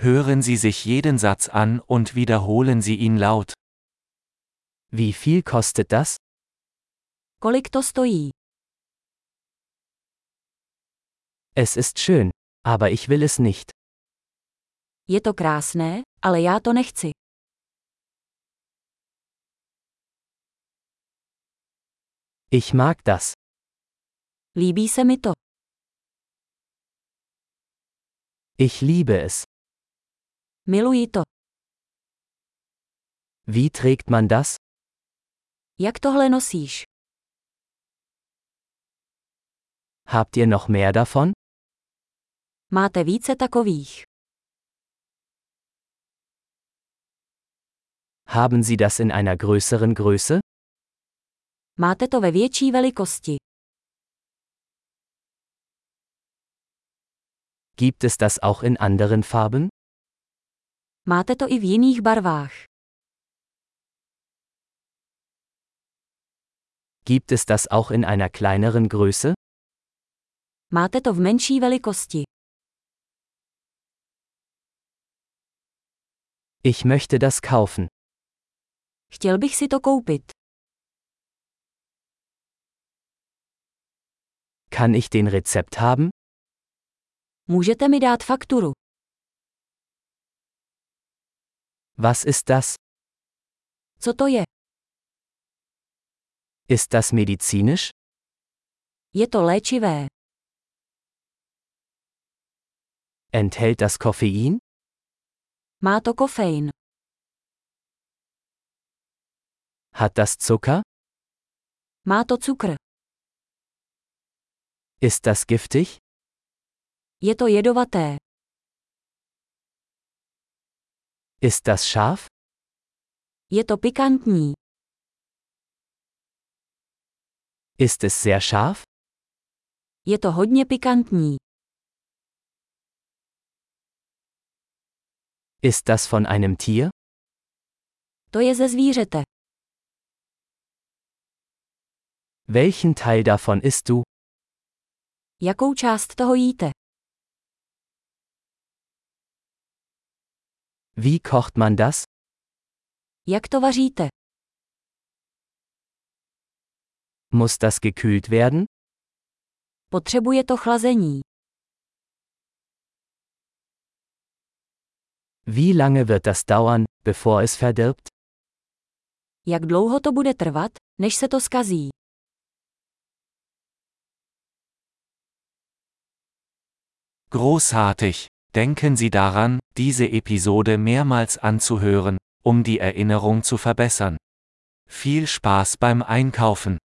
Hören Sie sich jeden Satz an und wiederholen Sie ihn laut. Wie viel kostet das? Kolik to stojí? Es ist schön, aber ich will es nicht. Je to krásné, ale já to nechci. Ich mag das. Líbí se mi to. Ich liebe es. Miluji to. Wie trägt man das? Jak tohle nosíš? Habt ihr noch mehr davon? Máte více takových. Haben Sie das in einer größeren Größe? Máte to ve větší velikosti. Gibt es das auch in anderen Farben? Máte to i v jiných barvách. Gibt es das auch in einer kleineren Größe? Máte to v menší velikosti. Ich möchte das kaufen. Chtěl bych si to koupit. Kann ich den Rezept haben? Můžete mi dát fakturu. Was ist das? Co to je? Ist das medizinisch? Je to léčivé. Enthält das Koffein? Má to kofein. Hat das Zucker? Má to cukr. Ist das giftig? Je to jedovaté. Ist das scharf? Je to pikantní. Ist es sehr scharf? Je to hodně pikantní. Ist das von einem Tier? To je ze zvířete. Welchen Teil davon isst du? Jakou část toho jíte? Wie kocht man das? Jak to vaříte? Muss das gekühlt werden? Potřebuje to chlazení. Wie lange wird das dauern, bevor es verdirbt? Jak dlouho to bude trvat, než se to skazí? Großartig! Denken Sie daran, diese Episode mehrmals anzuhören, um die Erinnerung zu verbessern. Viel Spaß beim Einkaufen!